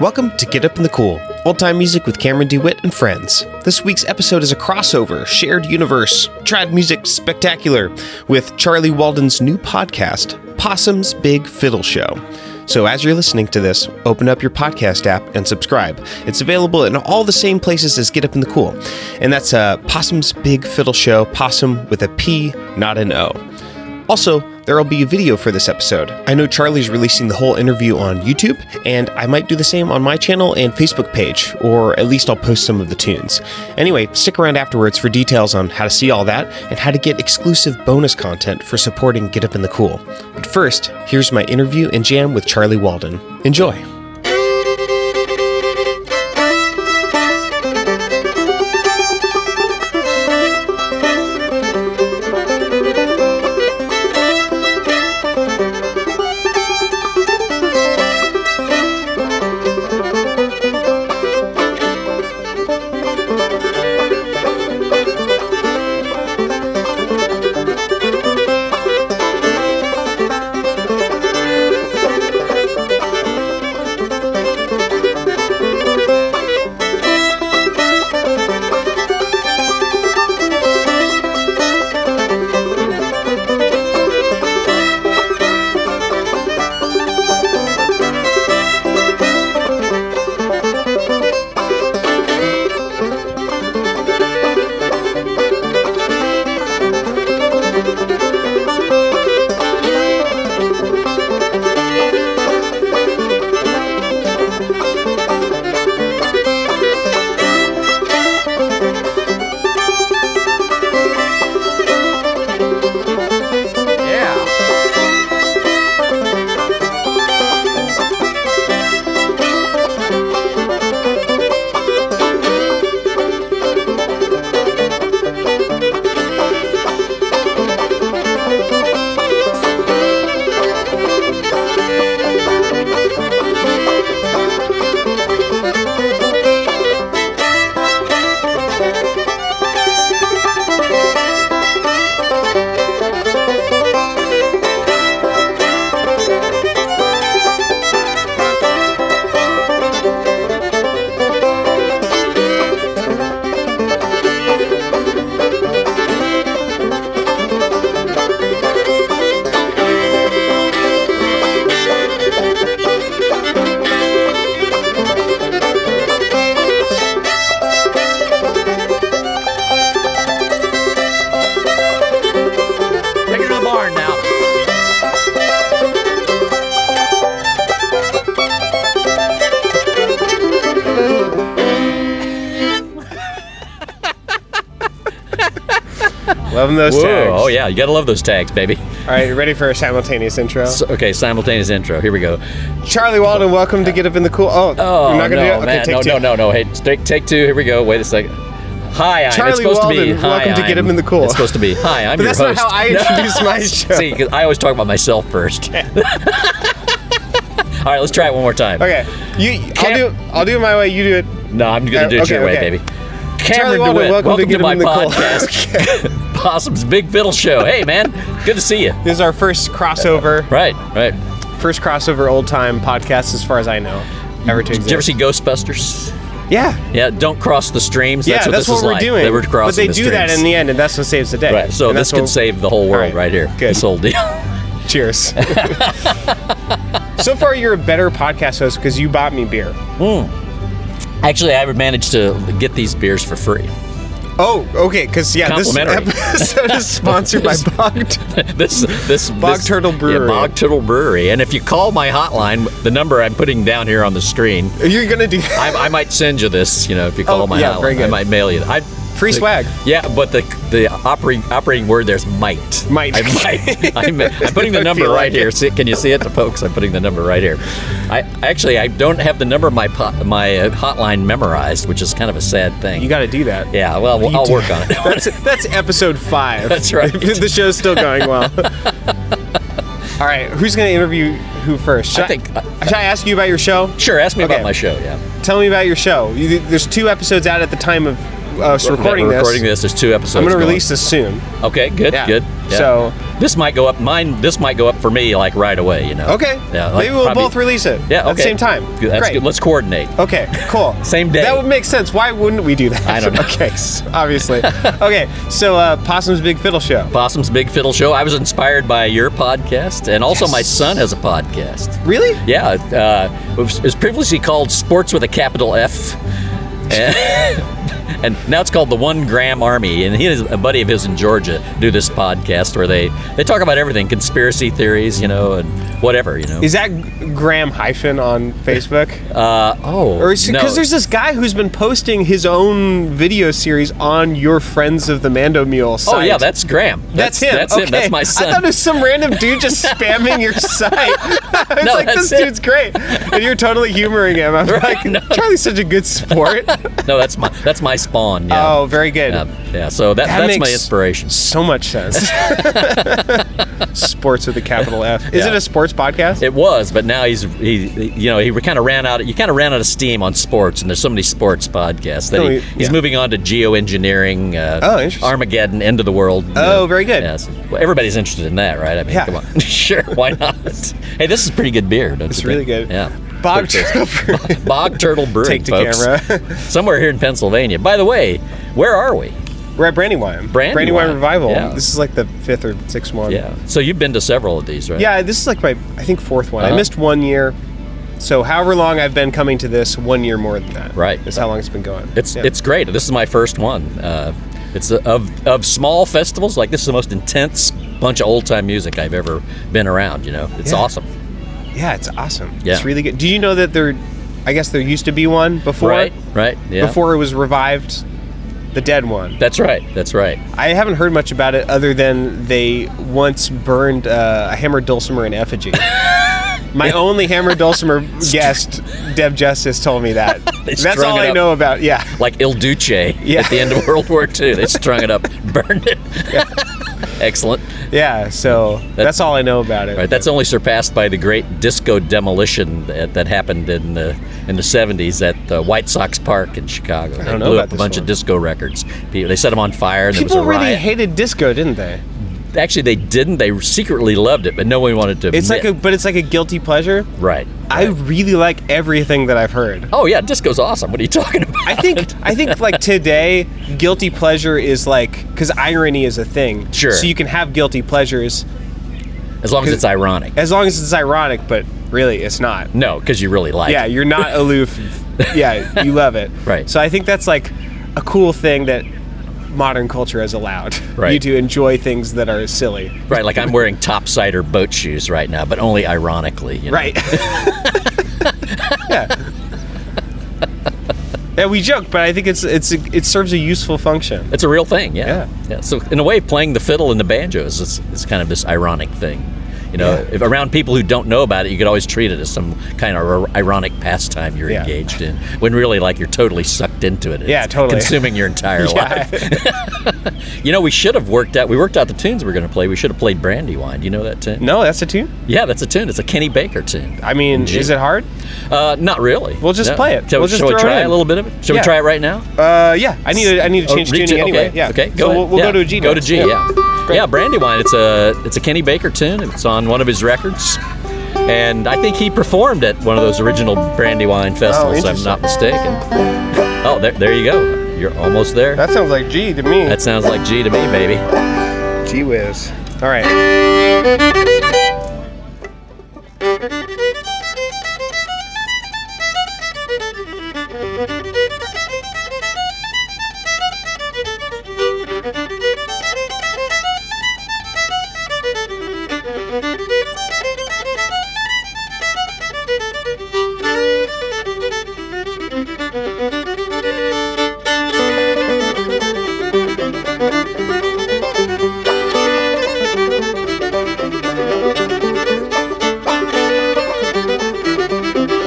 Welcome to Get Up in the Cool, old time music with Cameron DeWitt and friends. This week's episode is a crossover, shared universe, trad music spectacular with Charlie Walden's new podcast, Possum's Big Fiddle Show. So as you're listening to this, open up your podcast app and subscribe. It's available in all the same places as Get Up in the Cool. And that's uh, Possum's Big Fiddle Show, Possum with a P, not an O. Also, there will be a video for this episode. I know Charlie's releasing the whole interview on YouTube, and I might do the same on my channel and Facebook page, or at least I'll post some of the tunes. Anyway, stick around afterwards for details on how to see all that and how to get exclusive bonus content for supporting Get Up in the Cool. But first, here's my interview and jam with Charlie Walden. Enjoy! Yeah. Take it to the barn now. Loving those Oh yeah, you gotta love those tags, baby. All right, ready for a simultaneous intro? So- okay, simultaneous intro. Here we go. Charlie Walden, welcome to Get Up in the Cool. Oh, Oh you're not gonna do no, it? Okay, man. take no, two. no, no, no. Hey, take take two. Here we go. Wait a second. Hi, I'm. Charlie it's supposed to be. Walden, Hi, welcome to Get I'm- Him in the Cool. It's supposed to be. Hi, I'm But your that's not host. how I No. introduce my show. See, 'cause I always talk about myself first. All right, let's try it one more time. Okay, you. I'll Cam- do. I'll do it my way. You do it. No, I'm gonna Uh, do it your okay, way, okay. baby. Cameron Charlie Walden, DeWitt, welcome to welcome to, Get 'Em my in the Cool. podcast, Possum's Big Fiddle Show. Hey, man, good to see you. This is our first crossover. Right, right. First crossover old time podcast, as far as I know, ever to Did you ever exist. see Ghostbusters? yeah, Yeah, don't cross the streams. yeah, That's what that's this is what we're like. doing. They were but crossing they the do that in streams. the end, and that's what saves the day. Right, so And this that's can what- save the whole world Alright, right, here. good. This whole deal. Cheers. so far, you're a better podcast host because you bought me beer. Actually, I managed to get these beers for free. Oh, okay, because yeah, this Complimentary. episode is sponsored by Bogged. this this Bog this- Turtle Brewery. Yeah, Bog Turtle Brewery. And if you call my hotline, the number I'm putting down here on the screen, You're gonna do I, I might send you this. You know, if you call Oh, my yeah, hotline, very I good. might mail you. I, Free the- swag. Yeah, but the the operating operating word there's might. Might. I might. I'm, I'm putting I the number feel right like here. See, can you see it, folks? I'm putting the number right here. I actually I don't have the number of my po- my uh, hotline memorized, which is kind of a sad thing. You got to do that. yeah. Well, You I'll do- work on it. That's that's episode five. That's right. the show's still going well. All right, who's gonna interview who first? Should I think- uh, should I ask you about your show? Sure. Ask me Okay. about my show. Yeah. Tell me about your show. You, there's two episodes out at the time of us recording We're this. recording this. There's two episodes. I'm going to going. release this soon. Okay, good, Yeah. good. Yeah. So- this might go up. Mine. This might go up for me like right away. You know. Okay. Yeah. like, Maybe we'll probably- both release it. Yeah. Okay. At the same time. Good, that's Great. good. Let's coordinate. Okay, cool. Same day. That would make sense. Why wouldn't we do that? I don't know. Okay, s- obviously. okay, so uh, Possum's Big Fiddle Show. Possum's Big Fiddle Show. I was inspired by your podcast, and also my Yes. son has a podcast. Really? Yeah, uh, it was it was previously called Sports with a Capital F. And, and now it's called the One Gram Army. And he and his- a buddy of his in Georgia do this podcast where they, they talk about everything conspiracy theories, you know, and whatever, you know. Is that Graham hyphen on Facebook? uh, oh, Or is no. because there's this guy who's been posting his own video series on your Friends of the Mando Mule site. Oh, yeah, that's Graham. That's, him. That's okay. him. That's my son. I thought it was some random dude just spamming your site. I was No, like, this that's it. dude's great. And you're totally humoring him. I'm like, no. Charlie's such a good sport. no, that's my that's my spawn. Yeah. Oh, very good. Yeah, yeah, so that, that's my inspiration. So much sense. sports with a capital F. Is Yeah. it a sports podcast? It was, but now he's he, he- you know, he kind of ran out. You kind of ran out of steam on sports, and there's so many sports podcasts that No, he, he- he's yeah. moving on to geoengineering. Uh, Oh, interesting. Armageddon, end of the world. you Oh, very good. Yes, well, everybody's interested in that, right? I mean, Yeah. come on, sure, why not? hey, this is pretty good beer. Don't it's you really think? good. Yeah. Bob Pretty tasty. Trooper. Bog Turtle Brewing, Take the folks. camera. Somewhere here in Pennsylvania. By the way, where are we? We're at Brandywine. Brandywine, Revival. yeah. This is like the fifth or sixth one. Yeah. So you've been to several of these, right? Yeah, this is like my, I think, fourth one. I Uh-huh. missed one year. So, however long I've been coming to this, one year more than that. Right. Is how long it's been going. It's Yeah. it's great. This is my first one. Uh, it's a, of of small festivals like this is the most intense bunch of old time music I've ever been around. You know, it's Yeah. awesome. yeah, it's awesome. Yeah. It's really good. Do you know that there, I guess there used to be one before, right, right. Yeah. before it was revived, the dead one. That's right. That's right. I haven't heard much about it other than they once burned uh, a hammered dulcimer in effigy. My only hammered dulcimer guest, Deb Justice, told me that. They That's strung all it I up. know about. Yeah, Like Il Duce Yeah. at the end of World War II. They strung it up, burned it. Excellent. yeah. So that's, all I know about it. Right. That's only surpassed by the great disco demolition that, that happened in the in the seventies at the White Sox Park in Chicago. They don't know blew about up a this bunch one. of disco records. People- They set them on fire. And there People was a really riot. hated disco, didn't they? Actually, they didn't. They secretly loved it, but no one wanted to. It's like a, admit. but it's like a guilty pleasure. right. I really like everything that I've heard. Oh yeah, disco's awesome. What are you talking about? I think I think like today, guilty pleasure is like because irony is a thing. Sure. So you can have guilty pleasures As long as it's ironic. as long as it's ironic, but really it's not. No, because you really like. Yeah, it. you're not aloof. yeah, you love it. Right. So I think that's like a cool thing that modern culture has allowed you Right. to enjoy things that are silly. Right. Like I'm wearing topsider boat shoes right now, but only ironically. you know? Right. yeah. Yeah, we joke, but I think it's it's it serves a useful function. It's a real thing. Yeah. Yeah. So in a way, playing the fiddle and the banjo is is, is kind of this ironic thing. You know, Yeah. if around people who don't know about it, you could always treat it as some kind of ir- ironic pastime you're Yeah. engaged in, when really, like, you're totally sucked into it. Yeah, It's totally. Consuming your entire life. Yeah. You know, we should have worked out. We worked out the tunes we are going to play. We should have played Brandywine. Do you know that tune? no, that's a tune. Yeah, that's a tune. It's a Kenny Baker tune. I mean, Gee. is it hard? Uh, not really. We'll just play it. Shall, We'll just shall we throw it try in. a little bit of it? Shall Yeah. we try it right now? Uh, yeah. I need a, I need to Oh, change tuning read to- anyway. Okay. Yeah. Okay. so Go we'll, ahead. we'll Yeah. go to a G. Go to note. G. Yeah. Yeah. Great. Brandywine. It's a it's a Kenny Baker tune. It's on one of his records, and I think he performed at one of those original Brandywine festivals. if Oh, I'm interesting. not mistaken. Oh, there, there you go. You're almost there. That sounds like G to me. that sounds like G to me, baby. G whiz. All right. Thank you.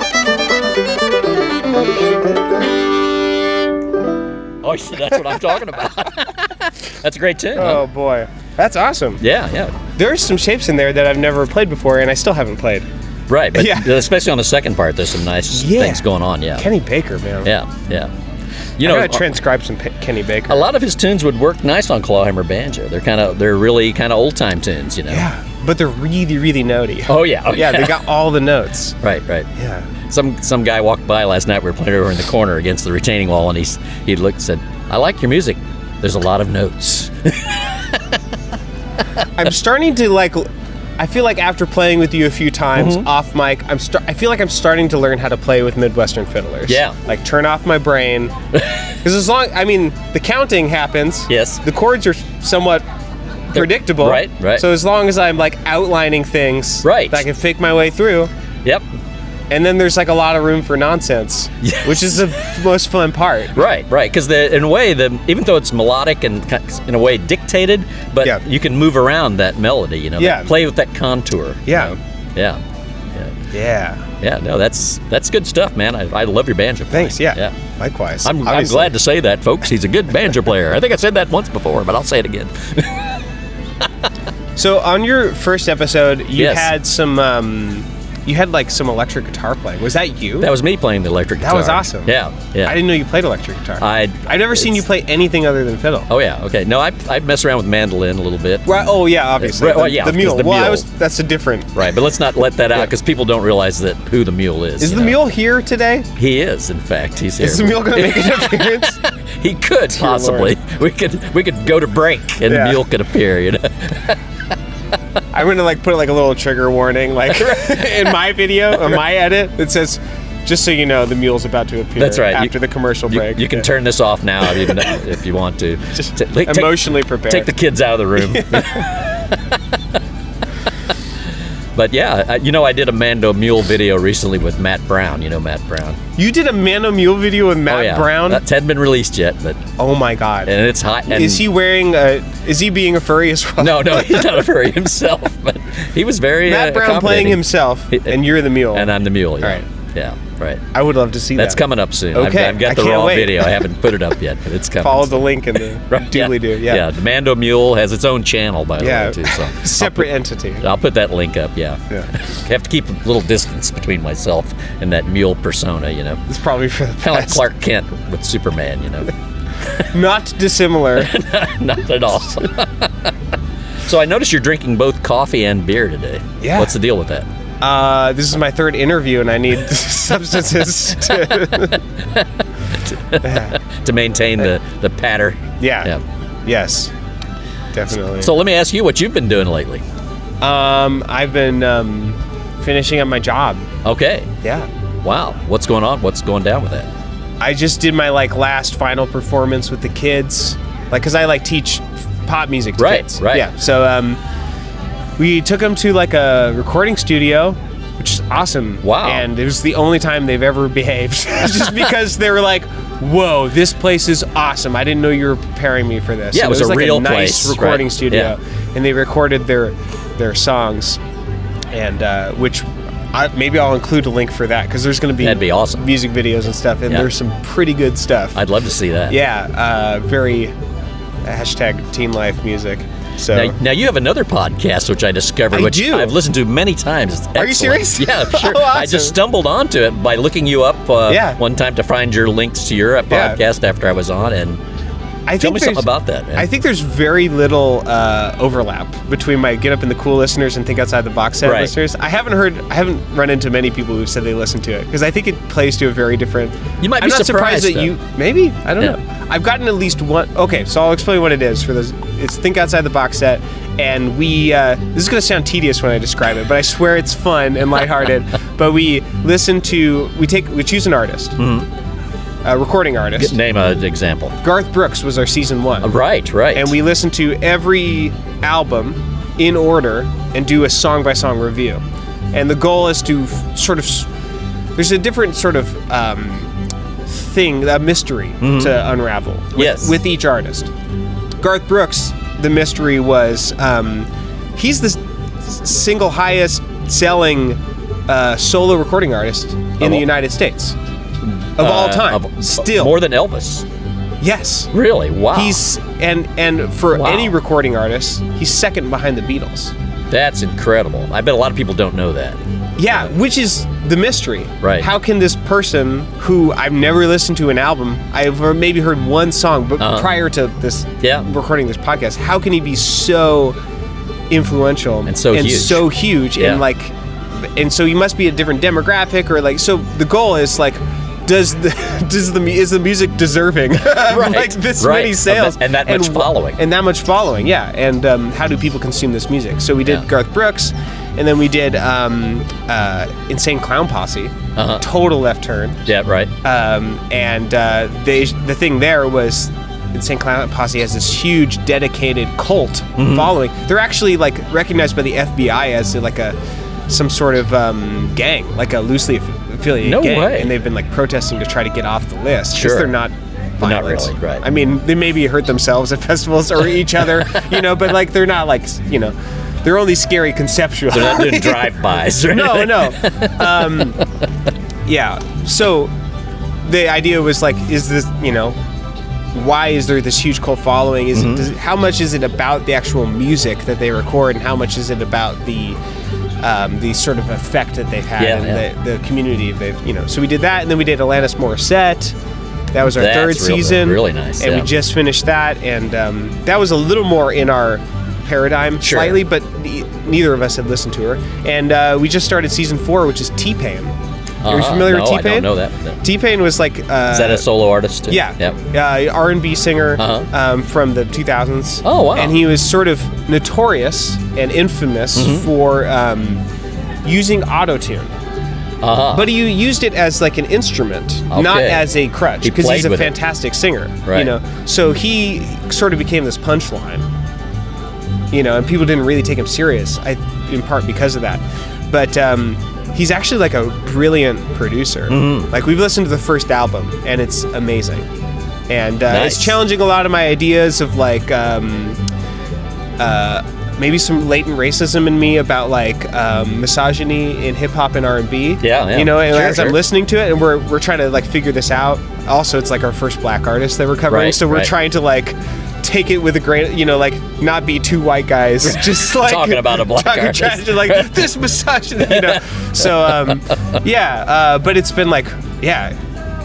course, Oh, that's what I'm talking about. that's a great tune. huh? Oh boy, that's awesome. Yeah, yeah, There's some shapes in there that I've never played before, and I still haven't played. right. But Yeah. especially on the second part, there's some nice Yeah. things going on. Yeah, Kenny Baker, man. yeah, yeah. You know, I gotta transcribe some P- Kenny Baker. a lot of his tunes would work nice on clawhammer banjo. They're kind of they're really kind of old time tunes, you know. yeah, but they're really, really notey. Oh yeah. Oh, yeah, they got all the notes. right, right. Yeah. Some some guy walked by last night. We were playing over in the corner against the retaining wall, and he s- he looked and said, "I like your music. There's a lot of notes." I'm starting to like. l- I feel like after playing with you a few times Mm-hmm. off mic, I'm star- I feel like I'm starting to learn how to play with Midwestern fiddlers. Yeah. Like turn off my brain. Because as long, I mean, the counting happens. Yes. The chords are somewhat predictable. right, right. So as long as I'm like outlining things, Right. that I can fake my way through, yep. and then there's like a lot of room for nonsense, Yes. which is the most fun part. Right, right. Because in a way, the even though it's melodic and ki- in a way dictated, but Yeah. you can move around that melody. You know, that- Yeah. play with that contour. you Yeah. know? yeah. Yeah. Yeah. Yeah, no, that's that's good stuff, man. I, I love your banjo. playing. Thanks. Yeah. yeah. Likewise. I'm, I'm obviously. glad to say that, folks. He's a good banjo player. I think I said that once before, but I'll say it again. So on your first episode, you Yes. had some, um, you had like some electric guitar playing. Was that you? That was me playing the electric That guitar. was awesome. Yeah, yeah. I didn't know you played electric guitar. I- have never seen you it's- play anything other than fiddle. Oh yeah. Okay. No, I I mess around with mandolin a little bit. Right. Oh yeah, obviously. Right, the, well, yeah, the 'cause mule. the well, I mule. was. That's a different. Right, but let's not let that out because people don't realize that who the mule is. Is you the know? mule here today? He is, in fact, he's here. Is the mule going to make an appearance? He could possibly. We could we could go to break and Yeah. the mule could appear. You know? I'm going to like put like a little trigger warning, like in my video, in my edit, that says, "Just so you know, the mule's about to appear." That's right. You- After the commercial You, break, you can Yeah. turn this off now if you, if you want to. Just Ta- like, take- emotionally prepared. take the kids out of the room. but yeah, I, you know, I did a Mando Mule video recently with Matt Brown. You know Matt Brown. you did a man o mule video with Matt oh yeah, Brown. That hadn't been released yet, but oh my god. and it's hot. And is he wearing a? Is he being a furry as well? No, no, he's not a furry himself, but he was very Matt uh, Brown playing accommodating. himself, He- and you're the mule. and I'm the mule. Yeah, Alright. yeah, right. I would love to see That's that. coming up soon. Okay, I've, I've got I the can't raw wait. video. I haven't put it up yet, but it's coming. Follow the link in the Right, yeah. doodly do. Yeah. yeah. The Mando Mule has its own channel, by the Yeah. way, too. So I'll Separate entity. I'll put that link up, yeah. Yeah. have to keep a little distance between myself and that mule persona, you know. It's probably for the Kind of like best. Clark Kent with Superman, you know. Not dissimilar. Not at all. so I noticed you're drinking both coffee and beer today. Yeah. What's the deal with that? Uh, this is my third interview, and I need substances. To, To maintain the, the patter. yeah. Yeah. Yes. Definitely. So let me ask you what you've been doing lately. um, I've been um, finishing up my job. Okay. Yeah. Wow. What's going on? What's going down with that? I just did my like last final performance with the kids, like because I like teach pop music to Right, kids. right. Yeah. So um, we took them to like a recording studio, which is awesome. Wow. And it was the only time they've ever behaved, just because they were like, "Whoa, this place is awesome! I didn't know you were preparing me for this." Yeah, And it was a like real nice place, recording right, studio, and they recorded their their songs, and uh, which. I, maybe I'll include a link for that because there's going to be That'd be awesome. music videos and stuff, and Yeah. there's some pretty good stuff. I'd love to see that. yeah, uh, very hashtag teen life music. So Now, now you have another podcast which I discovered, I which do. I've listened to many times. It's Are you excellent. serious? Yeah, Oh, sure. I awesome. just stumbled onto it by looking you up uh, Yeah. one time to find your links to your uh, Yeah. podcast after I was on, and I tell think me something there's- about that. Man. I think there's very little uh, overlap between my Get Up in the Cool listeners and Think Outside the Box set Right. listeners. I haven't heard, I haven't run into many people who've said they listen to it because I think it plays to a very different. You might be I'm not surprised, surprised, that though. you maybe I don't Yeah. know. I've gotten at least one. Okay, so I'll explain what it is for those. It's Think Outside the Box set, and we. Uh, this is going to sound tedious when I describe it, but I swear it's fun and lighthearted. but we listen to, we take, we choose an artist, Mm-hmm. a recording artist. name an example. Garth Brooks was our season one Right, right. and we listen to every album in order and do a song by song review. And the goal is to f- sort of s- there's a different sort of um, thing, a mystery to unravel with, Mm-hmm. Yes. with each artist. Garth Brooks, the mystery was um, he's the s- single highest selling uh, solo recording artist in the all- United States of Uh, all time. of- Still, more than Elvis. Yes. Really? Wow. He's and and for Wow. any recording artist, he's second behind the Beatles. That's incredible. I bet a lot of people don't know that. Yeah, which is the mystery. Right. How can this person who I've never listened to an album, I've or maybe heard one song, but Uh-huh. prior to this Yeah. recording this podcast, how can he be so influential And so huge. so huge Yeah. and like and so you must be a different demographic or like so the goal is like does the does the mu- is the music deserving of, like this right. many Of sales that- and that much wh- following. and that much following yeah and um, how do people consume this music so we did Yeah. Garth Brooks and then we did um, uh, Insane Clown Posse Uh-huh. total left turn Yeah, right. um, and uh, they, the thing there was Insane Clown Posse has this huge dedicated cult Mm-hmm. following. They're actually like recognized by the FBI as like a some sort of um, gang, like a loosely aff- affiliated No gang, way. and they've been like protesting to try to get off the list. 'cause Sure. they're not. Not violent. really, right. I mean, they maybe hurt themselves at festivals or each other, you know, but like they're not like, s- you know, they're only scary conceptually. They're not doing drive-bys or No, anything. no. Um, yeah. So the idea was like, is this, you know, why is there this huge cult following? Is Mm-hmm. it, does it, how much is it about the actual music that they record, and how much is it about the um, the sort of effect that they've had Yeah, in yeah. The, the community they've, you know? So we did that, and then we did Alanis Morissette. That was our That's third real- season. really nice, And yeah. we just finished that, and um, that was a little more in our paradigm Sure. slightly, but ne- neither of us had listened to her. And uh, we just started season four, which is T Pain. Are you Uh-huh. familiar No, with I T Pain? don't know that, no. T Pain was like uh, Is that a solo artist? yeah, Yep. uh, R and B singer Uh-huh. um, from the 2000s. Oh, wow. And he was sort of notorious and infamous Mm-hmm. for um, using auto tune, Uh-huh. but he used it as like an instrument, not Okay. as a crutch, He because played he's a with it. fantastic singer. You Right. know, so he sort of became this punchline. You know, and people didn't really take him serious, I, in part because of that. But um, he's actually like a brilliant producer. Mm-hmm. Like we've listened to the first album, and it's amazing. And uh, Nice. it's challenging a lot of my ideas of like um, uh, maybe some latent racism in me about like um, misogyny in hip hop and R and B. Yeah, yeah. you know. And Sure, as I'm sure. listening to it, and we're we're trying to like figure this out. Also, it's like our first black artist that we're covering, Right, so we're right. trying to like take it with a grain, you know, like not be two white guys just like Talking about a black talking trash artist. to, like this misogyny, you know. So um, yeah, uh, but it's been like yeah,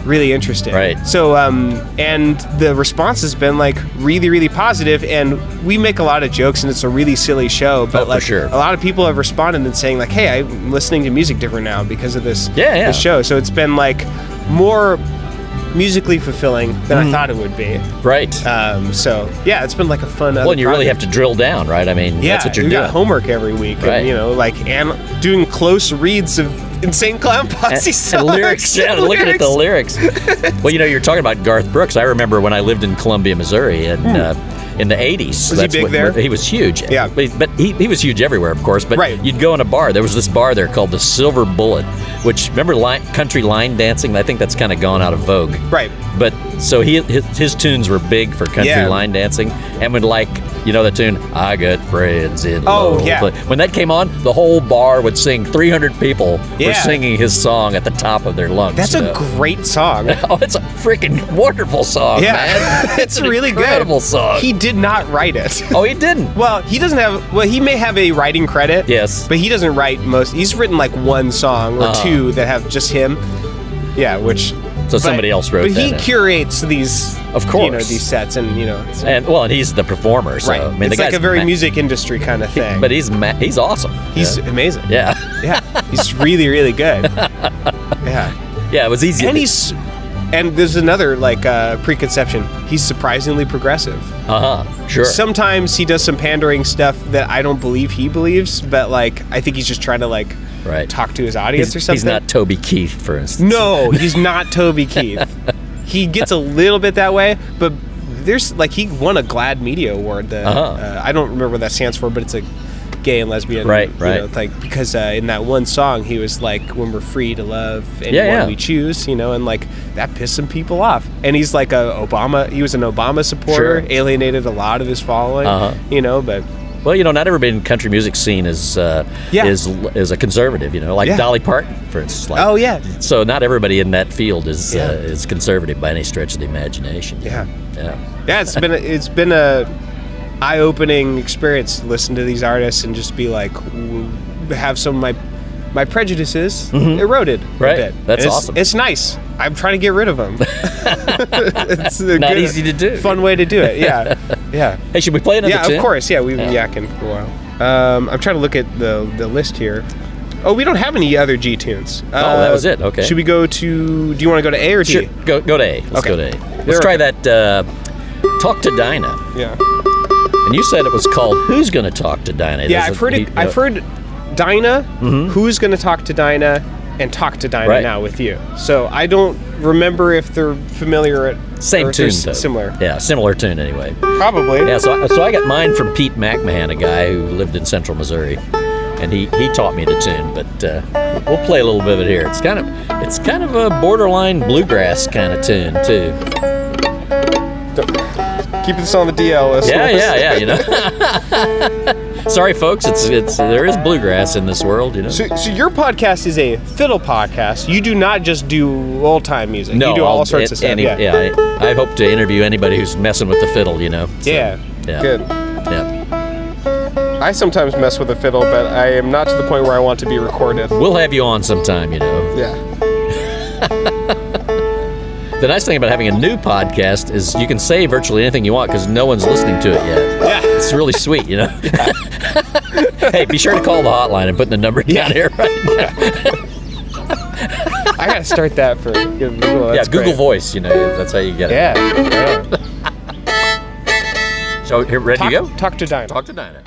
really interesting. Right. So um, and the response has been like really really positive, and we make a lot of jokes, and it's a really silly show, but Oh, for like sure. a lot of people have responded and saying like, hey, I'm listening to music different now because of this Yeah, yeah. this show. So it's been like more musically fulfilling than Mm. I thought it would be. Right. Um, so yeah, it's been like a fun. well, and you really have to drill down, right? I mean, Yeah, that's what you're we doing. got homework every week, Right. and you know, like and doing close reads of insane clown And- posse songs. and lyrics. Yeah, looking at the lyrics. well, you know, you're talking about Garth Brooks. I remember when I lived in Columbia, Missouri, and uh, in the '80s. Was Hmm. big there? He was huge. Yeah. but, but he, he was huge everywhere, of course. But Right. you'd go in a bar. There was this bar there called the Silver Bullet, which remember line, country line dancing. I think that's kind of gone out of vogue. Right. But so he his, his tunes were big for country Yeah. line dancing, and would like you know the tune "I Got Friends in Oh, yeah. Loveland." When that came on, the whole bar would sing. Three hundred people were Yeah. singing his song at the top of their lungs. That's you know. a great song. oh, it's a freaking wonderful song, Yeah, man. it's an really good. incredible song. He did not write it. oh, he didn't. Well, he doesn't have. Well, he may have a writing credit. Yes. But he doesn't write most. He's written like one song or Uh-huh. two that have just him. Yeah, which. So somebody else wrote But he that. curates these. Of You know course. these sets, and you know. It's, and well, and he's the performer. So right. I mean, it's the like guy's a very ma- music industry kind of thing. But he's ma- he's awesome. he's yeah. amazing. yeah. Yeah. He's really really good. yeah. Yeah, it was easy. And he's. And there's another like uh, preconception. He's surprisingly progressive. uh huh. Sure. Sometimes he does some pandering stuff that I don't believe he believes, but like I think he's just trying to like Right. talk to his audience he's, or something. he's not Toby Keith, for instance. No, he's not Toby Keith. He gets a little bit that way, but there's like he won a Glad Media Award. The, Uh-huh. uh, I don't remember what that stands for, but it's a gay and lesbian. Right, you right. Know, like because uh, in that one song, he was like, "When we're free to love anyone yeah. we choose," you know, and like that pissed some people off. And he's like a Obama. He was an Obama supporter, Sure. alienated a lot of his following, Uh-huh. you know, but. Well, you know, not everybody in country music scene is uh, Yeah. is is a conservative. You know, like Yeah. Dolly Parton, for instance. Like, Oh, yeah. So not everybody in that field is Yeah. uh, is conservative by any stretch of the imagination. Yeah. Yeah. Yeah, it's been a, it's been a eye-opening experience to listen to these artists and just be like, w- have some of my my prejudices eroded Mm-hmm. Right. a bit. That's And it's, awesome. It's nice. I'm trying to get rid of them. it's a Not easy to do. Fun way to do it. Yeah, yeah, Hey, should we play another yeah. tune? Of course. Yeah, we've been Yeah. yakking for a while. Um, I'm trying to look at the the list here. Oh, we don't have any other G tunes. Oh, that was it. Okay. Should we go to? Do you want to go to A or G? Sure. Go go to A. Let's Okay. go to A. There we Let's try that. Uh, Talk to Dinah. Yeah. And you said it was called "Who's Going to Talk to Dinah?" Yeah, There's I've a- uh, heard you it. know- I've heard Dinah. Who's going to talk to Dinah and talk to Dinah Right. now with you? So I don't remember if they're familiar at same or if they're tune s- though. similar. Yeah, similar tune anyway. Probably. Yeah, so I, so I got mine from Pete McMahon, a guy who lived in Central Missouri, and he, he taught me the tune. But uh, we'll play a little bit of it here. It's kind of it's kind of a borderline bluegrass kind of tune too. Keep this on the DL list. Yeah, yeah, yeah. You know. Sorry, folks. It's it's there is bluegrass in this world. You know. So, so your podcast is a fiddle podcast. You do not just do old time music. no, you do all I'll- sorts of stuff. any- yeah. I, I hope to interview anybody who's messing with the fiddle. You know. So, Yeah. yeah. Good. Yeah. I sometimes mess with a fiddle, but I am not to the point where I want to be recorded. We'll have you on sometime, you know. Yeah. The nice thing about having a new podcast is you can say virtually anything you want because no one's listening to it yet. Yeah. It's really sweet, you know. hey, be sure to call the hotline and put the number down here right now. I gotta start that for Google. yeah, That's Google great. Voice, you know, that's how you get it. Yeah. yeah. So, here, ready Talk, to go? talk to Dinah. Talk to Dinah.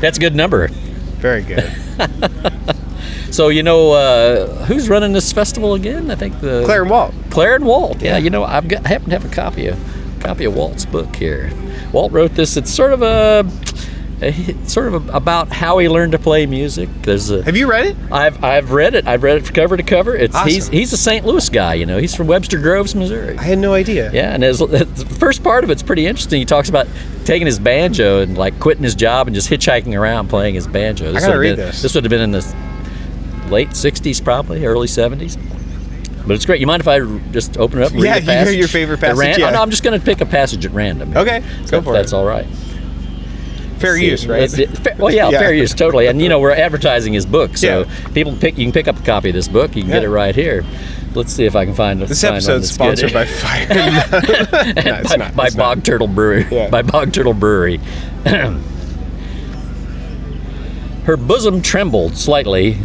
That's a good number. Very good. So, you know, uh, who's running this festival again? I think the. Claire and Walt. Claire and Walt. Yeah, you know, I've got, I happen to have a copy of copy of Walt's book here. Walt wrote this. It's sort of a, a- sort of a, about how he learned to play music. There's a Have you read it? I've I've read it. I've read it from cover to cover. It's he's Awesome. he's a St. Louis guy. You know, he's from Webster Groves, Missouri. I had no idea. Yeah, and his, the first part of it's pretty interesting. He talks about taking his banjo and like quitting his job and just hitchhiking around playing his banjo. This gotta would read have been- this. This would have been in the late '60s, probably early '70s. But it's great. You mind if I r- just open it up? And Yeah, read you the hear passage? your favorite At ran- passage, yeah. oh, no, I'm just going to pick a passage at random. Okay, So go if for That's it. all right. Fair See, use, right? that's it. Fair- well, yeah, Yeah. fair use, totally. And you know, we're advertising his book, so people pick. You can pick up a copy of this book. You can get Yeah. it right here. Let's see if I can find This find one episode's that's good. sponsored by Fire. no, it's by, not. by it's not. Bog Turtle Brewery. Yeah. By Bog Turtle Brewery. Her bosom trembled slightly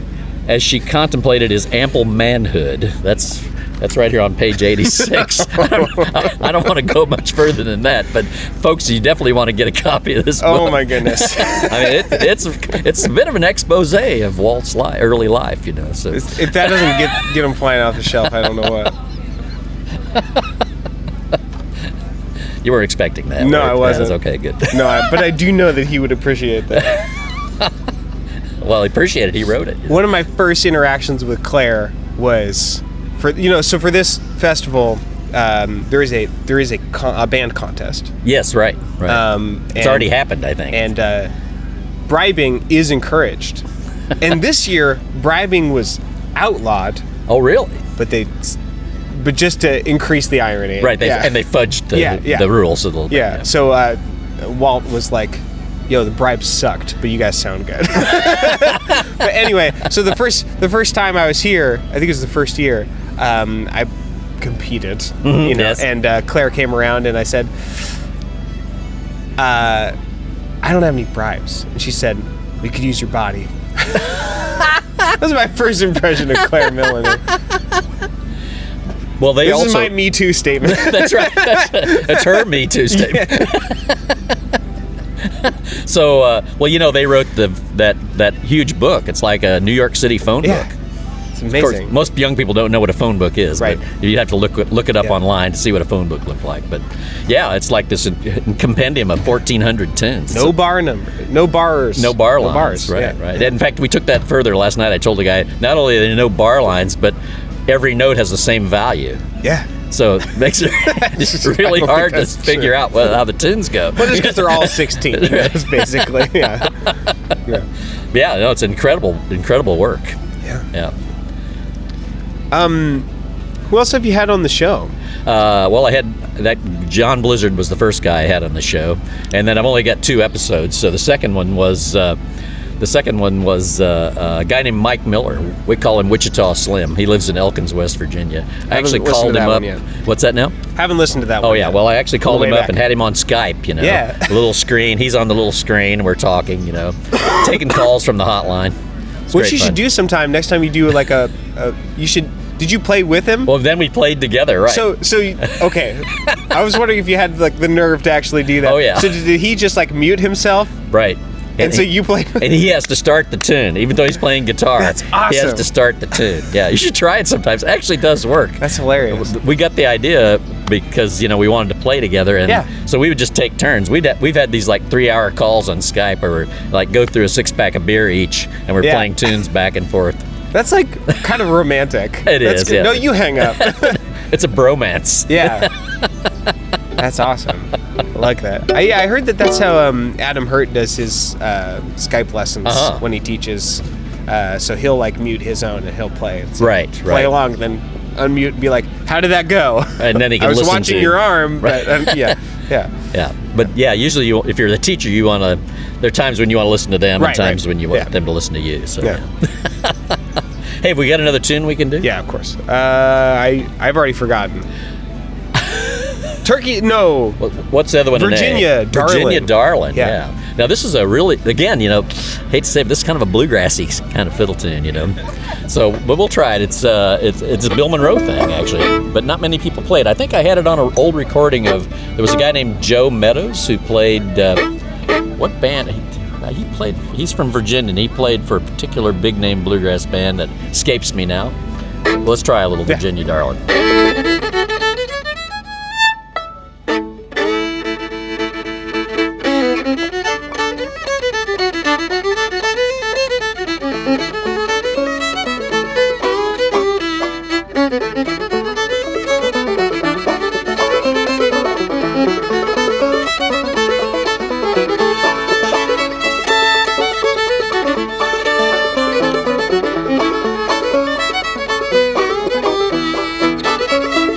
as she contemplated his ample manhood. That's that's right here on page 86. I don't, I, I don't want to go much further than that, but folks, you definitely want to get a copy of this book. Oh my goodness. I mean, it, it's it's a bit of an expose of Walt's li- early life, you know. So if that doesn't get get them flying off the shelf, I don't know what. you were expecting that. No, right? I wasn't. Yeah, it's okay, good. No, I, but I do know that he would appreciate that. Well, I appreciate it. He wrote it. One of my first interactions with Claire was for you know so for this festival um, there is a there is a, con- a band contest Yes, right. Right. um, it's and- already happened, I think. and uh, bribing is encouraged and this year bribing was outlawed oh, really? but they but just to increase the irony Right. They yeah. and they fudged the, Yeah, yeah. the rules a little bit. yeah so uh, Walt was like yo the bribe sucked but you guys sound good but anyway, so the first the first time I was here, I think it was the first year, um, I competed, you know, Mm-hmm. yes. and uh, Claire came around and I said, uh, "I don't have any bribes," and she said, "We could use your body." that was my first impression of Claire Milliner. Well, they This also. is my Me Too statement. that's right. That's, that's her Me Too statement. so, uh, well, you know, they wrote the that that huge book. It's like a New York City phone yeah, book. it's Of course, amazing. most young people don't know what a phone book is. Right. But you'd have to look look it up Yeah. online to see what a phone book looked like. But yeah, it's like this compendium of 1,400 tins. no bar number, no bars, No bar lines, no bars, right? yeah. Right. In fact, we took that further last night. I told the guy not only are there no bar lines, but every note has the same value. Yeah, So it makes it it's really I don't hard to think that's figure true. out what, how the tins go. Well, just because they're all 16. That's basically, yeah. yeah. yeah, no, it's incredible, incredible work. Yeah. Yeah. Who else have you had on the show? Uh, well, I had that John Blizzard was the first guy I had on the show, and then I've only got two episodes. So the second one was uh, the second one was uh, a guy named Mike Miller. We call him Wichita Slim. He lives in Elkins, West Virginia. I actually listened to called that him one up. yet. What's that now? Haven't listened to that one. Oh yeah, yet. well I actually called Way him up back. and had him on Skype, you know. Yeah. A little screen. He's on the little screen. We're talking, you know, taking calls from the hotline. It's Which great you fun. should do sometime. Next time you do like a, a you should. Did you play with him? Well, then we played together, right? so so you, okay. I was wondering if you had like the nerve to actually do that. Oh, yeah. So did, did he just like mute himself? right. And so he- you played. and he has to start the tune, even though he's playing guitar. That's He has awesome. to start the tune. Yeah, you should try it sometimes. It actually does work. That's hilarious. we got the idea because you know we wanted to play together, and Yeah. so we would just take turns. We'd ha- we've had these like three-hour calls on Skype, where we're like go through a six-pack of beer each, and we're Yeah. playing tunes back and forth. That's like kind of romantic. It That's is, good. yeah. No, you hang up. It's a bromance. Yeah. that's awesome. I like that. I, yeah, I heard that that's how um, Adam Hurt does his uh, Skype lessons Uh-huh. when he teaches. Uh, so he'll like mute his own and he'll play. It's like, Right, Play right. along, then unmute and be like, "How did that go?" And then he I can was listen watching to- your arm, but um, yeah, yeah. Yeah, but yeah, usually you, if you're the teacher, you want to. There are times when you want to listen to them, Right, and times right. when you want Yeah. them to listen to you. So, Yeah. hey, have we got another tune we can do? Yeah, of course. Uh, I I've already forgotten. Turkey? No. What- What's the other one? in A? Virginia Darling. Virginia Darling. Yeah. Yeah. Now this is a really again, you know, hate to say, it, this is kind of a bluegrassy kind of fiddle tune, you know. So, but we'll try it. It's uh, it's it's a Bill Monroe thing actually, but not many people play it. I think I had it on an old recording of there was a guy named Joe Meadows who played uh, what band? He, uh, he played. He's from Virginia, and he played for a particular big name bluegrass band that escapes me now. Let's try a little Yeah. Virginia Darling. Thank you.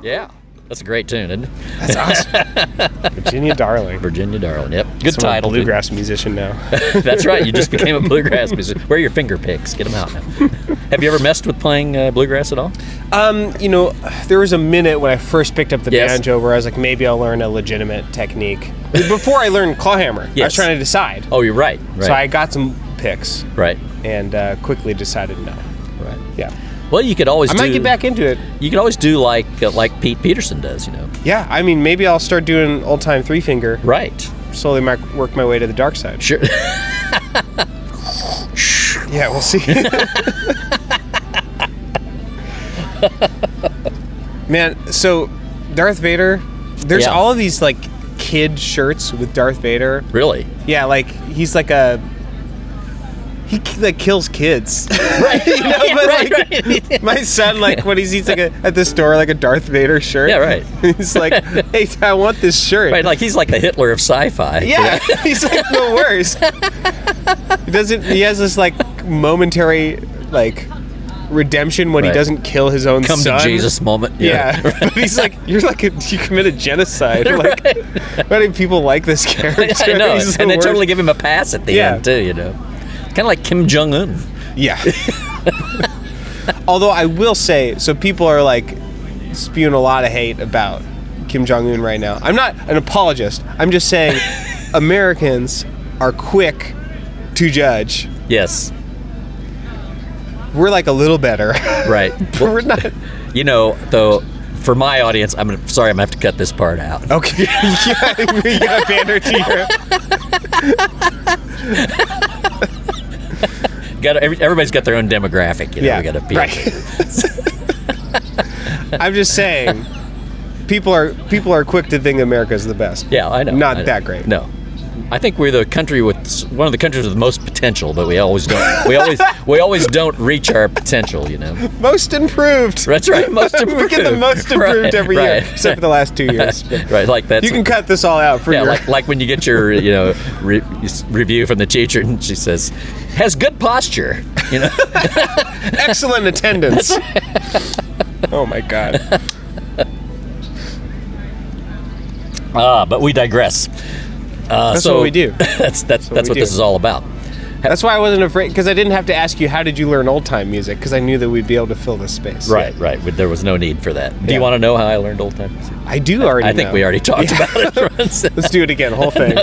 Yeah. That's a great tune, isn't it? That's awesome. Virginia Darling. Virginia Darling. Yep. Good So I'm a title. dude. Bluegrass musician now. That's right. You just became a bluegrass musician. Where are your finger picks? Get them out now. Have you ever messed with playing uh, bluegrass at all? Um, you know, there was a minute when I first picked up the Yes. banjo where I was like, maybe I'll learn a legitimate technique. Before I learned clawhammer, I Yes. was trying to decide. Oh, you're right. Right. So I got some picks right. and uh, quickly decided no. Right. Yeah. Well, you could always. I might do- get back into it. You could always do like uh, like Pete Peterson does. You know. Yeah, I mean, maybe I'll start doing old time three finger, Right. slowly mar- work my way to the dark side. Sure. Yeah, we'll see. Man, so Darth Vader, there's Yeah. all of these like kid shirts with Darth Vader. really. Yeah, like he's like a he k- like kills kids. Right. know, but right. like- right. My son like when he sees like a, at the store like a Darth Vader shirt. Yeah, right. he's like, "Hey, I want this shirt." Right, Like he's like the Hitler of sci-fi. Yeah, he's like the worst. he doesn't. He has this like momentary like redemption when he Right. doesn't kill his own Come son. to Jesus moment. Yeah, but he's like, you're like, a, you committed genocide. Like, why do people like this character? I know. He's the and they worst. totally give him a pass at the Yeah. end too. You know. Kind of like Kim Jong Un. Yeah. Although I will say, so people are like spewing a lot of hate about Kim Jong Un right now. I'm not an apologist. I'm just saying Americans are quick to judge. Yes. We're like a little better. Right. We're not. You know, though, for my audience, I'm gonna, sorry, I'm gonna have to cut this part out. Okay. yeah, we got banner to your. Got every, everybody's got their own demographic. You know, Oh. Yeah. we got to be right. I'm just saying, people are people are quick to think America's the best. Yeah, I know. Not I know. that great. No. I think we're the country with s- one of the countries with the most potential, but we always don't. We always we always don't reach our potential, you know. Most improved. That's right. Most improved. we get the most improved Right, every right. year, except for the last two years. Right, like that's You can cut this all out for yeah, your. like like when you get your you know re- s- review from the teacher and she says has good posture, you know. excellent attendance. oh my god. Ah, but we digress. Uh, That's so what we do. That's that's that's what what, we do. this is all about. That's why I wasn't afraid because I didn't have to ask you how did you learn old time music because I knew that we'd be able to fill this space. Right, right. but There was no need for that. Do Yeah. you want to know how I learned old time? music? I do already. I think know. we already talked about it. Let's do it again, whole thing.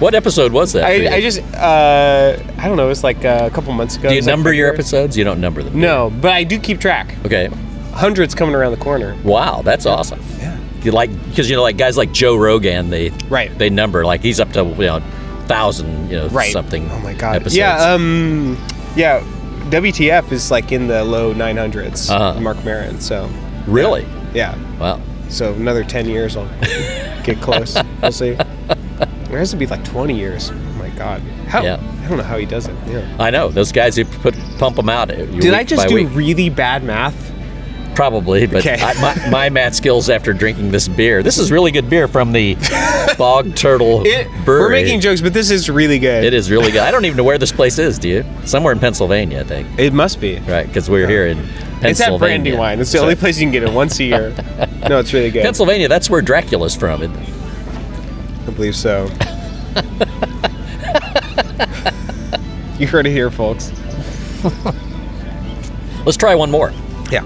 what episode was that? for I, you? I just uh, I don't know. It was like uh, a couple months ago. do you It's like number your February. episodes? You don't number them. No, but I do keep track. Okay. Hundreds coming around the corner. Wow, that's awesome. Yeah. You like because you know like guys like Joe Rogan, they Right. they number like he's up to you know thousand you know Right. something. Oh my god. Episodes. Yeah. Um. Yeah. WTF is like in the low 900s. Uh-huh. Mark Maron. So really? yeah. Wow. So another 10 years, I'll get close. we'll see. It has to be like 20 years. Oh my God. How? Yeah. I don't know how he does it. Yeah. I know those guys who put pump them out. uh, Did week I just by do week. really bad math? Probably, but Okay. I, my, my math skills after drinking this beer. This is really good beer from the Bog Turtle It, Brewery. we're making jokes, but this is really good. It is really good. I don't even know where this place is. Do you? Somewhere in Pennsylvania, I think. It must be. Right, because we're here in Pennsylvania. It's at Brandywine. It's the So- only place you can get it once a year. no, it's really good. Pennsylvania. That's where Dracula's from. isn't it? I believe so. you heard it here, folks. Let's try one more. Yeah.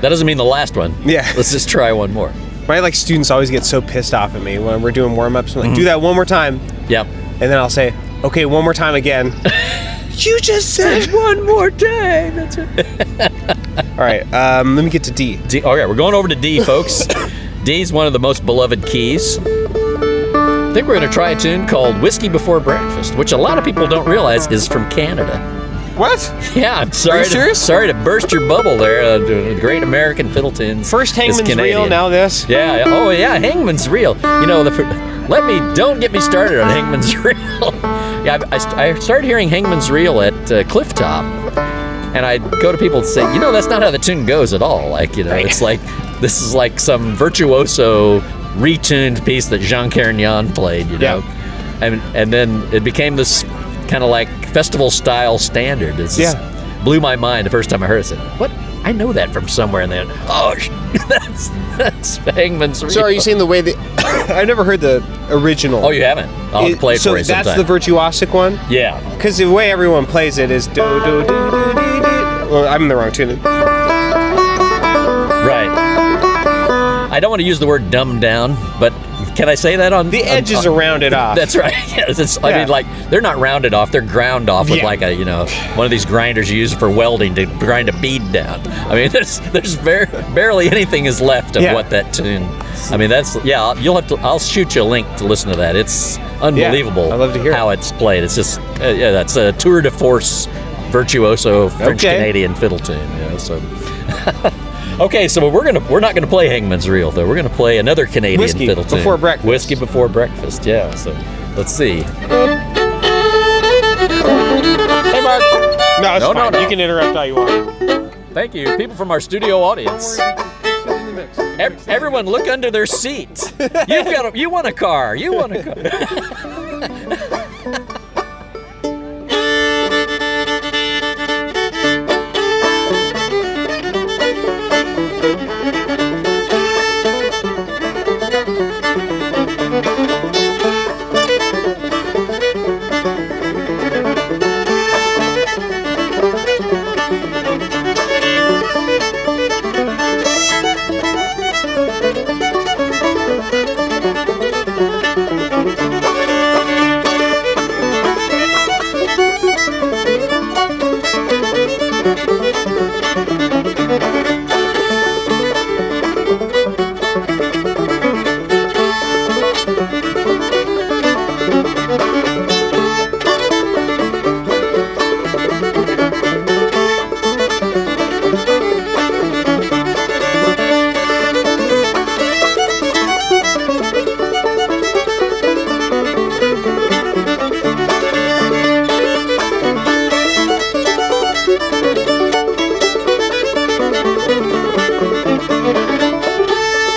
That doesn't mean the last one. Yeah. Let's just try one more. My like students always get so pissed off at me when we're doing warm ups. I'm like, do that one more time. Yep. And then I'll say, okay, one more time again. you just said one more time. That's it. All right, um, let me get to D. D, all right, we're going over to D, folks. D's one of the most beloved keys. I think we're going to try a tune called Whiskey Before Breakfast, which a lot of people don't realize is from Canada. What? Yeah, I'm sorry. to, serious? Sorry to burst your bubble there. Uh, the great American fiddle tunes. First is Hangman's Canadian. Reel, now this. Yeah. yeah. Oh, yeah. Hangman's Reel. You know, the fir- let me don't get me started on Hangman's Reel. yeah, I, I, st- I started hearing Hangman's Reel at uh, Clifftop, and I'd go to people and say, you know, that's not how the tune goes at all. Like, you know, it's like this is like some virtuoso retuned piece that Jean Carignan played, you know. And and then it became this kind of like festival style standard. It's just- Yeah. blew my mind the first time I heard it. I said, "What? I know that from somewhere." And then, oh, sh- that's that's Hangman's. So are you saying the way that I've never heard the original. Oh, you haven't. I'll have to It- play it so for you that's the sometime. virtuosic one. yeah. Because the way everyone plays it is do do do do do do. Well, I'm in the wrong tune. Right. I don't want to use the word dumbed down, but can I say that on The on- edges on- are rounded off. That's right. Yes, it's, I Yeah. mean, like they're not rounded off; they're ground off with Yeah. like a you know one of these grinders you use for welding to grind a bead down. I mean, there's there's bar- barely anything is left of Yeah. what that tune. I mean, that's yeah. I'll- You'll have to. I'll shoot you a link to listen to that. It's unbelievable. I'd love to hear how it's played. It's just uh, yeah, that's a tour de force virtuoso French Okay. Canadian fiddle tune. You know, so. Okay, so we're gonna we're not gonna play Hangman's Reel though. We're gonna play another Canadian Whiskey fiddle tune. before breakfast. Whiskey before breakfast. Yeah. So let's see. Hey, Mark. No, it's No, no, fine. no. You can interrupt all you want. Thank you, people from our studio audience. Ev- everyone, look under their seat. You've got a, you want a car. You want a car.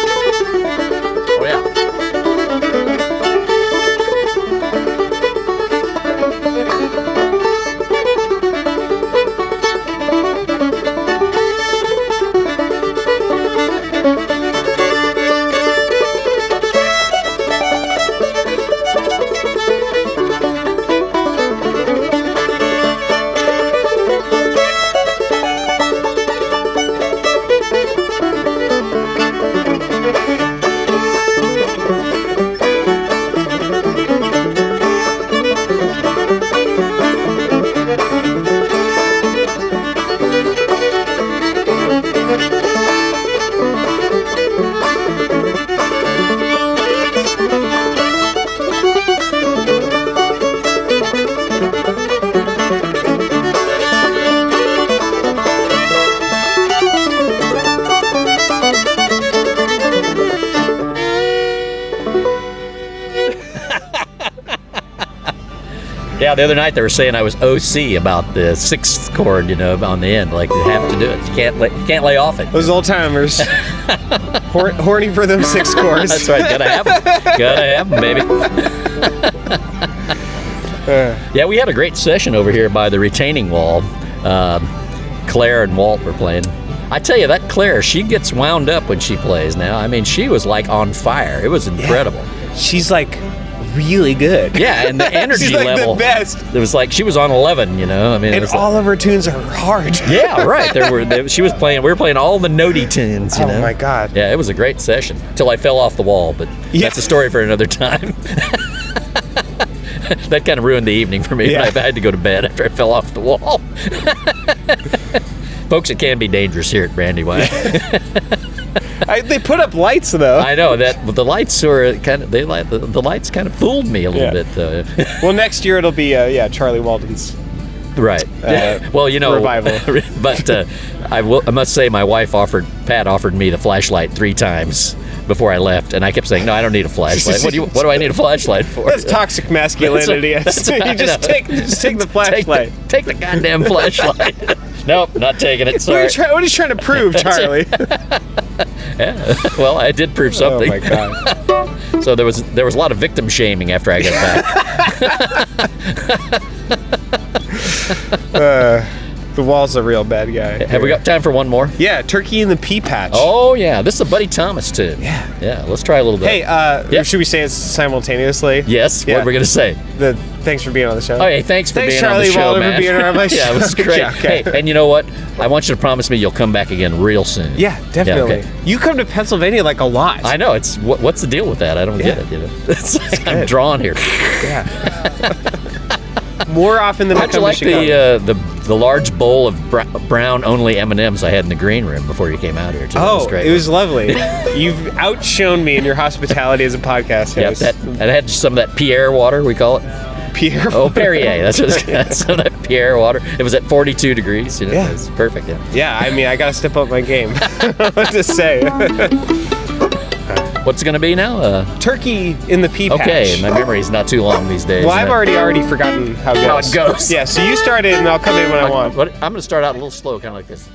Oh yeah. Yeah. The other night they were saying I was OC about the sixth chord, you know, on the end. Like you have to do it. You can't lay, you can't lay off it. Those old timers, Hor- horny for them six scores. That's right. Gotta have 'em. Gotta have 'em, baby. Uh, Yeah, we had a great session over here by the retaining wall. Um, Claire and Walt were playing. I tell you, that Claire, she gets wound up when she plays now. I mean, she was like on fire. It was incredible. she's like really good. Yeah, and the energy like the level. best. It was like she was on 11, you know? I mean, it And was like- all of her tunes are hard. yeah, right. There were there, she was playing. We were playing all the notey tunes, you Oh know? my god. Yeah, it was a great session till I fell off the wall, but Yeah. that's a story for another time. that kind of ruined the evening for me. Yeah. I had to go to bed after I fell off the wall. Folks, it can be dangerous here at Brandywine. I, they put up lights though. I know that but the lights were kind of they like the, the lights kind of fooled me a little Yeah. bit though. well, next year it'll be uh, yeah Charlie Walden's. right. Uh, well, you know, revival. but uh, I will. I must say, my wife offered Pat offered me the flashlight three times before I left, and I kept saying, "No, I don't need a flashlight. What do you? What do I need a flashlight for?" That's toxic masculinity. That's- you just I know. take just take the Take flashlight. the, take the goddamn flashlight. nope, not taking it. what, are Sorry. you try- what are you trying to prove, Charlie? Yeah. Well, I did prove something. Oh my god. So there was there was a lot of victim shaming after I got back. The wall's a real bad guy. Have we got time for one more? Yeah, turkey in the pea patch. Oh yeah, this is a Buddy Thomas too. Yeah. Yeah. Let's try a little bit. Hey, uh, Yep. should we say it simultaneously? Yes. Yeah. What we're gonna say? The thanks for being on the show. Oh, hey, thanks for Thanks, being Charlie on the show, Waller, for man. being on my yeah, it was show. great. Yeah, okay. Hey, and you know what? I want you to promise me you'll come back again real soon. Yeah, definitely. okay. You come to Pennsylvania like a lot. I know it's what, what's the deal with that? I don't get Yeah. it. You know, it's like I'm good. drawn here. yeah. More often than I How'd you come like to Chicago. the uh, the the large bowl of br- brown only M and M's I had in the green room before you came out here? Too. That Oh, great. it was lovely. You've outshone me in your hospitality as a podcast Yeah, host. that, that had some of that Pierre water we call it. Pierre. Oh, Perrier. That's what it's called. some of that Pierre water. It was at 42 degrees. You know, Yeah. it was perfect. Yeah. Yeah, I mean, I gotta step up my game. what to say? What's it gonna be now? Uh, Turkey in the pea patch. okay, my memory's not too long these days. Well, I've Uh, already already forgotten how it goes. How it goes. Yeah, so you start it and I'll come in when I want. What, I'm going to start out a little slow, kind of like this.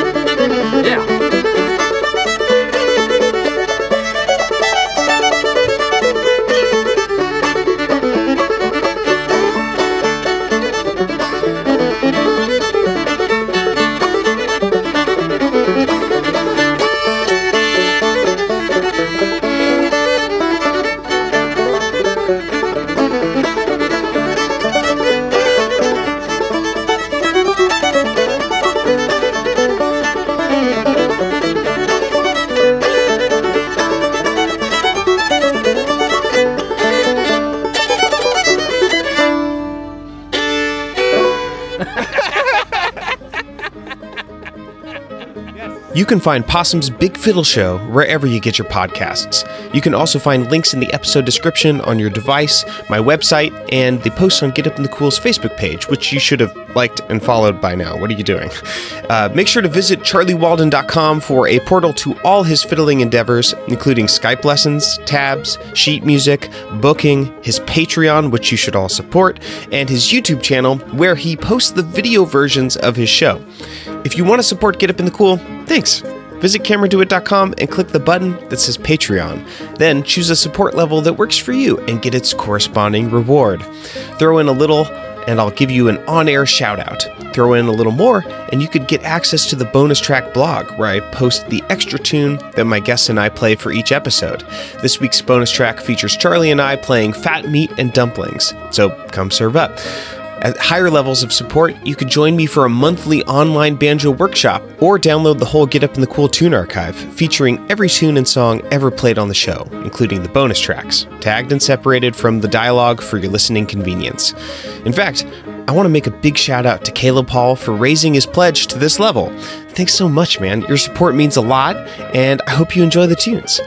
Yeah. You can find Possum's Big Fiddle Show wherever you get your podcasts. You can also find links in the episode description on your device, my website, and the post on Get Up in the Cool's Facebook page, which you should have liked and followed by now. What are you doing? Uh, make sure to visit charliewalden.com for a portal to all his fiddling endeavors, including Skype lessons, tabs, sheet music, booking, his Patreon, which you should all support, and his YouTube channel, where he posts the video versions of his show. If you want to support Get Up in the Cool, thanks. Visit cameradoit.com and click the button that says Patreon. Then choose a support level that works for you and get its corresponding reward. Throw in a little, and I'll give you an on air shout out. Throw in a little more, and you could get access to the bonus track blog where I post the extra tune that my guests and I play for each episode. This week's bonus track features Charlie and I playing Fat Meat and Dumplings, so come serve up. At higher levels of support, you could join me for a monthly online banjo workshop or download the whole Get Up in the Cool Tune archive, featuring every tune and song ever played on the show, including the bonus tracks, tagged and separated from the dialogue for your listening convenience. In fact, I want to make a big shout out to Caleb Hall for raising his pledge to this level. Thanks so much, man. Your support means a lot, and I hope you enjoy the tunes.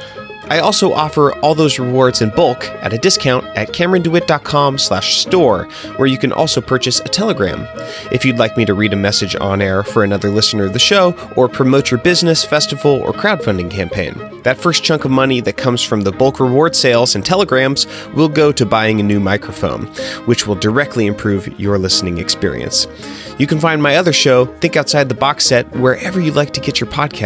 I also offer all those rewards in bulk at a discount at CameronDeWitt.com slash store, where you can also purchase a telegram. If you'd like me to read a message on air for another listener of the show, or promote your business, festival, or crowdfunding campaign, that first chunk of money that comes from the bulk reward sales and telegrams will go to buying a new microphone, which will directly improve your listening experience. You can find my other show, Think Outside the Box Set, wherever you like to get your podcasts,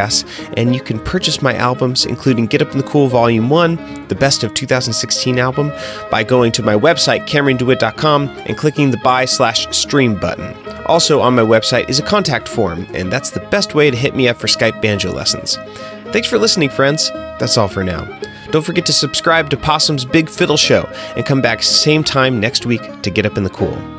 and you can purchase my albums, including Get Up in the Cool Volume 1, the best of 2016 album, by going to my website, CameronDeWitt.com, and clicking the buy slash stream button. Also on my website is a contact form, and that's the best way to hit me up for Skype banjo lessons. Thanks for listening, friends. That's all for now. Don't forget to subscribe to Possum's Big Fiddle Show and come back same time next week to get up in the cool.